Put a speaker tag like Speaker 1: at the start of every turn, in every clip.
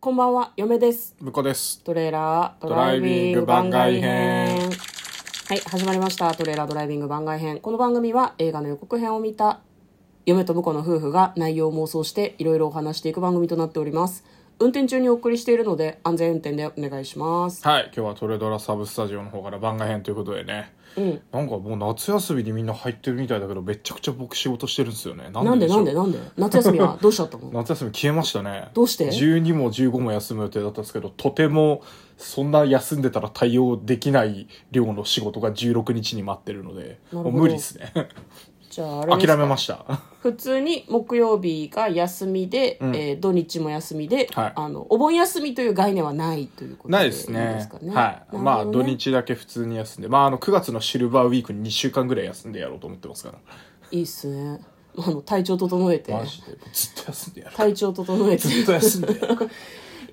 Speaker 1: こんばんは、嫁です。
Speaker 2: 向こうです。
Speaker 1: トレーラード
Speaker 2: ライビング番外編。
Speaker 1: はい、始まりました。トレーラードライビング番外編。この番組は映画の予告編を見た嫁と婿の夫婦が内容を妄想していろいろお話していく番組となっております。運転中にお送りしているので安全運転でお願いします。
Speaker 2: はい、今日はトレドラサブスタジオの方から番外編ということでね。なんかもう夏休みにみんな入ってるみたいだけど、めちゃくちゃ僕仕事してるんですよね。
Speaker 1: なんで
Speaker 2: しょ
Speaker 1: な
Speaker 2: うん
Speaker 1: でなんで夏休み はどうしちゃったの
Speaker 2: 夏休み消えましたね。
Speaker 1: どうして
Speaker 2: ?12 も15も休む予定だったんですけど、とてもそんな休んでたら対応できない量の仕事が16日に待ってるので、
Speaker 1: ほど
Speaker 2: もう無理で すね。
Speaker 1: じゃああれです
Speaker 2: 諦
Speaker 1: か
Speaker 2: めました。
Speaker 1: 普通に木曜日が休みで、えー土日も休みで、
Speaker 2: はい
Speaker 1: あのお盆休みという概念はないということで
Speaker 2: ないですね。
Speaker 1: いいかね
Speaker 2: はい。まあ
Speaker 1: なるほど
Speaker 2: 土
Speaker 1: ね
Speaker 2: 日だけ普通に休んで、まああの9月のシルバーウィークに2週間ぐらい休んでやろうと思ってますから。
Speaker 1: いいっすねあの体調整えて
Speaker 2: マジで。ずっと休んでやる。
Speaker 1: 体調整えて
Speaker 2: ずっと休んでや る。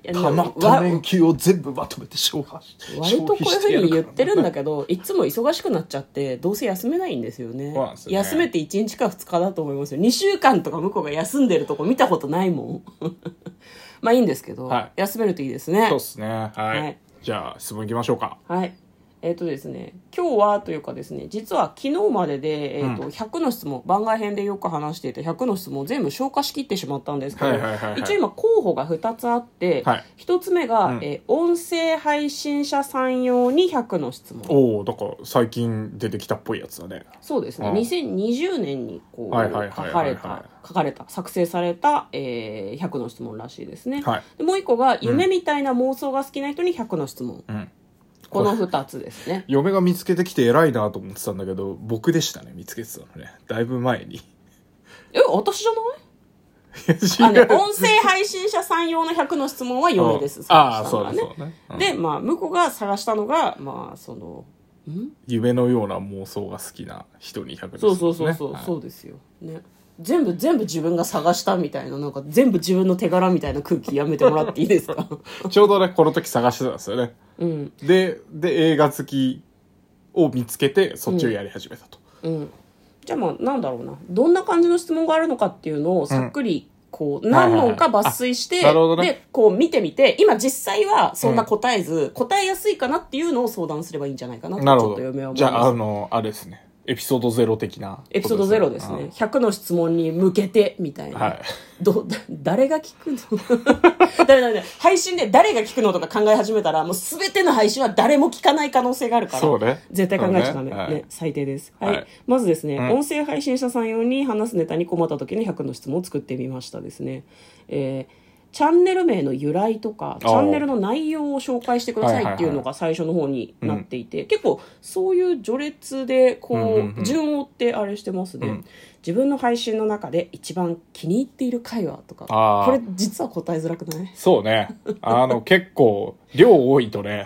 Speaker 1: いや
Speaker 2: たまった
Speaker 1: わ
Speaker 2: 年休を全部まとめて消費
Speaker 1: 割とこういうふ
Speaker 2: 消費してや
Speaker 1: う
Speaker 2: る
Speaker 1: に
Speaker 2: から
Speaker 1: 言ってるんだけどいつも忙しくなっちゃってどうせ休めないんですよね
Speaker 2: そうなんですよね
Speaker 1: 休めて1日か2日だと思いますよ2週間とか向こうが休んでるとこ見たことないもん まあいいんですけど、
Speaker 2: はい
Speaker 1: 休めるといいですね
Speaker 2: そうですね。はい。
Speaker 1: はい
Speaker 2: じゃあ質問いきましょうか。
Speaker 1: はい。えっ、とですね、今日はというかですね、実は昨日までで、えっ、と、100の質問、番外編でよく話していた100の質問を全部消化しきってしまったんですけど、
Speaker 2: はいはいはいはい
Speaker 1: 一応今候補が2つあって、
Speaker 2: はい
Speaker 1: 1つ目が、
Speaker 2: うん
Speaker 1: えー音声配信者さん用に100の質問。
Speaker 2: おお、だから最近出てきたっぽいやつだね。
Speaker 1: そうですね、
Speaker 2: うん
Speaker 1: 2020年にこう、
Speaker 2: はいはいはいはいはい
Speaker 1: 書かれた、書かれた、作成された、えー100の質問らしいですね。
Speaker 2: はい
Speaker 1: でもう1個が、夢みたいな妄想が好きな人に100の質問。
Speaker 2: うん。
Speaker 1: この2つですね。
Speaker 2: 嫁が見つけてきて偉いなと思ってたんだけど、僕でしたね、見つけてたのね。だいぶ前に。
Speaker 1: え、私じゃないあの、音声配信者さん用の100の質問は嫁です。
Speaker 2: うんあ
Speaker 1: 探し
Speaker 2: あ、
Speaker 1: た
Speaker 2: そう
Speaker 1: の
Speaker 2: だ
Speaker 1: が
Speaker 2: そうだね。うん
Speaker 1: で、まあ、向こうが探したのが、まあ、その、
Speaker 2: 夢のような妄想が好きな人に100です
Speaker 1: そ
Speaker 2: ね。
Speaker 1: うそうそうそう、
Speaker 2: はい
Speaker 1: そうですよ。ね。全部、全部自分が探したみたいな、なんか全部自分の手柄みたいな空気やめてもらっていいです か
Speaker 2: ちょうどね、この時探してたんですよね。
Speaker 1: うん、
Speaker 2: で、で、映画好きを見つけて、そっちをやり始めたと。
Speaker 1: うん。じゃあまあ、なんだろうな。どんな感じの質問があるのかっていうのをさっくり、こう、何問か抜粋して、
Speaker 2: はいはいはいあなるほどね
Speaker 1: で、こう見てみて、今実際はそんな答えず、答えやすいかなっていうのを相談すればいいんじゃないかなと、ち
Speaker 2: なる
Speaker 1: ょっ
Speaker 2: ほ
Speaker 1: と嫁は思
Speaker 2: ど。
Speaker 1: います。
Speaker 2: じゃあ、あの、あれですね。エピソードゼロ的な、
Speaker 1: エピソードゼロですね。。100の質問に向けて、みたいな。
Speaker 2: はい
Speaker 1: ど、だ誰が聞くの ダメダメダメ配信で誰が聞くのとか考え始めたら、もうすべての配信は誰も聞かない可能性があるから。
Speaker 2: そうね
Speaker 1: 絶対考えちゃダメ。
Speaker 2: そう
Speaker 1: ね
Speaker 2: ねはい
Speaker 1: 最低です。はい。
Speaker 2: はい
Speaker 1: まずですね、
Speaker 2: ん
Speaker 1: 音声配信者さん用に話すネタに困った時に100の質問を作ってみましたですね。えーチャンネル名の由来とか、チャンネルの内容を紹介してくださいっていうのが最初の方になっていて、結構そういう序列でこう、
Speaker 2: うんうんうん
Speaker 1: 順を追ってあれしてますね、自分の配信の中で一番気に入っている会話とか
Speaker 2: あー
Speaker 1: これ実は答えづらくない
Speaker 2: そうね。あの、結構、量多いとね、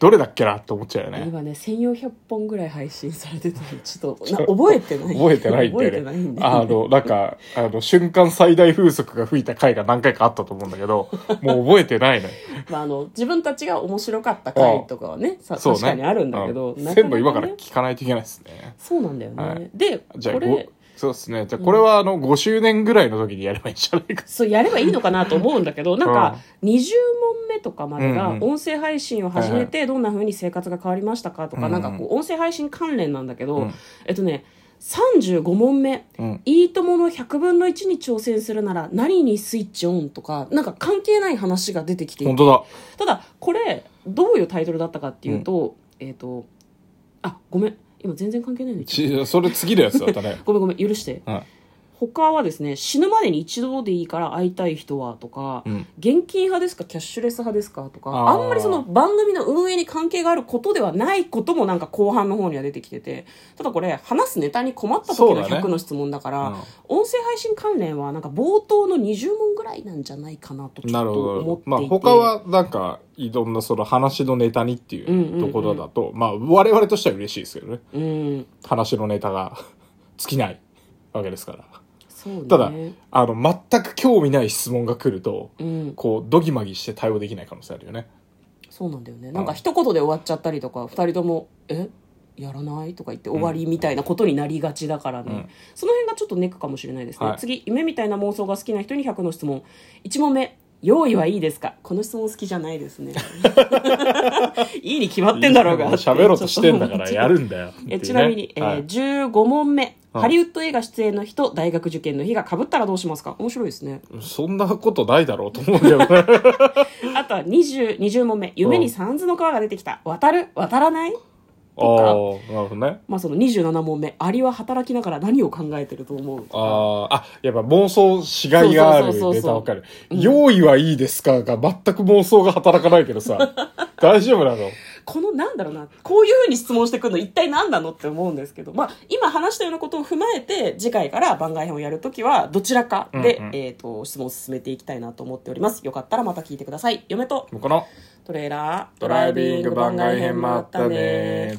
Speaker 2: どれだっけなって思っちゃうよね。
Speaker 1: 今ね1400本ぐらい配信されてたのちょっとな覚えてない
Speaker 2: 覚えてないん
Speaker 1: 覚
Speaker 2: で、
Speaker 1: えてないんで
Speaker 2: あの、なんか、あの、瞬間最大風速が吹いた回が何回かあったと思うんだけど、もう覚えてな いね。
Speaker 1: まあ、あの自分たちが面白かった回とかはねさ
Speaker 2: そうね。
Speaker 1: 確かにあるんだけど、
Speaker 2: う
Speaker 1: なかなかね
Speaker 2: 全部今から聞かないといけないですね。
Speaker 1: そうなんだよね、
Speaker 2: はい
Speaker 1: で
Speaker 2: じゃあ、
Speaker 1: これ
Speaker 2: ごそうですね。じゃあ、これはあの、5周年ぐらいの時にやればいいんじゃないか。
Speaker 1: そうやればいいのかなと思うんだけど、なんか20問目とかまでが
Speaker 2: うんうん
Speaker 1: 音声配信を始めてどんな風に生活が変わりましたかとか、
Speaker 2: うんうん
Speaker 1: なんかこう音声配信関連なんだけど、
Speaker 2: うん
Speaker 1: えっとね35問目
Speaker 2: うん
Speaker 1: 「いいとも」の100分の1に挑戦するなら何にスイッチオンとかなんか関係ない話が出てきていて
Speaker 2: 本当だ。
Speaker 1: ただこれどういうタイトルだったかっていうと、えっ、とあごめん今全然関係ないのに。
Speaker 2: ちそれ次のやつだったね
Speaker 1: ごめんごめん許して
Speaker 2: はい。
Speaker 1: 他はですね死ぬまでに一度でいいから会いたい人はとか、
Speaker 2: うん
Speaker 1: 現金派ですかキャッシュレス派ですかとかあ
Speaker 2: あー
Speaker 1: んまりその番組の運営に関係があることではないこともなんか後半の方には出てきててただこれ話すネタに困った時の
Speaker 2: そうだね
Speaker 1: 100の質問だから
Speaker 2: うん
Speaker 1: 音声配信関連はなんか冒頭の20問ぐらいなんじゃないかなとちょっ
Speaker 2: なるほ
Speaker 1: と思って
Speaker 2: ど
Speaker 1: い。て
Speaker 2: まあ他はなんか、いろんなその話のネタにっていうところだと、まあ我々としては嬉しいですけどね。
Speaker 1: うん
Speaker 2: 話のネタが 尽きないわけですから。
Speaker 1: そうね
Speaker 2: ただ、あの、全く興味ない質問が来ると、
Speaker 1: うん
Speaker 2: こう、ドギマギして対応できない可能性あるよね。
Speaker 1: そうなんだよねなんか一言で終わっちゃったりとか二人とも「えやらない?」とか言って終わりみたいなことになりがちだからね、その辺がちょっとネックかもしれないですね、
Speaker 2: はい
Speaker 1: 次夢みたいな妄想が好きな人に100の質問1問目用意はいいですかこの質問好きじゃないです ね。いいに決まってんだろうが。
Speaker 2: 喋ろうとしてんだからやるんだよ。
Speaker 1: えちなみに、えー
Speaker 2: はい
Speaker 1: 15問目、
Speaker 2: うん
Speaker 1: ハリウッド映画出演の日と大学受験の日が被ったらどうしますか面白いですね。
Speaker 2: そんなことないだろうと思うん だよね。
Speaker 1: あとは 20, 20問目、夢に三途の川が出てきた。渡る渡らない
Speaker 2: ああ、なるほどね。
Speaker 1: まあその27問目、アリは働きながら何を考えてると思うとか
Speaker 2: ああ、あ、やっぱ妄想しがいがあ
Speaker 1: そう
Speaker 2: る
Speaker 1: そうそうそう
Speaker 2: ネタわかる。用意はいいですかが全く妄想が働かないけどさ。大丈夫な の
Speaker 1: このなんだろうな、こういうふうに質問してくるの一体何なのって思うんですけど、まあ今話したようなことを踏まえて、次回から番外編をやるときは、どちらかで、
Speaker 2: うんうん
Speaker 1: えっ、と、質問を進めていきたいなと思っております。よかったらまた聞いてください。嫁と
Speaker 2: もうこの
Speaker 1: トレーラー、
Speaker 2: ドライビング番外編もあったね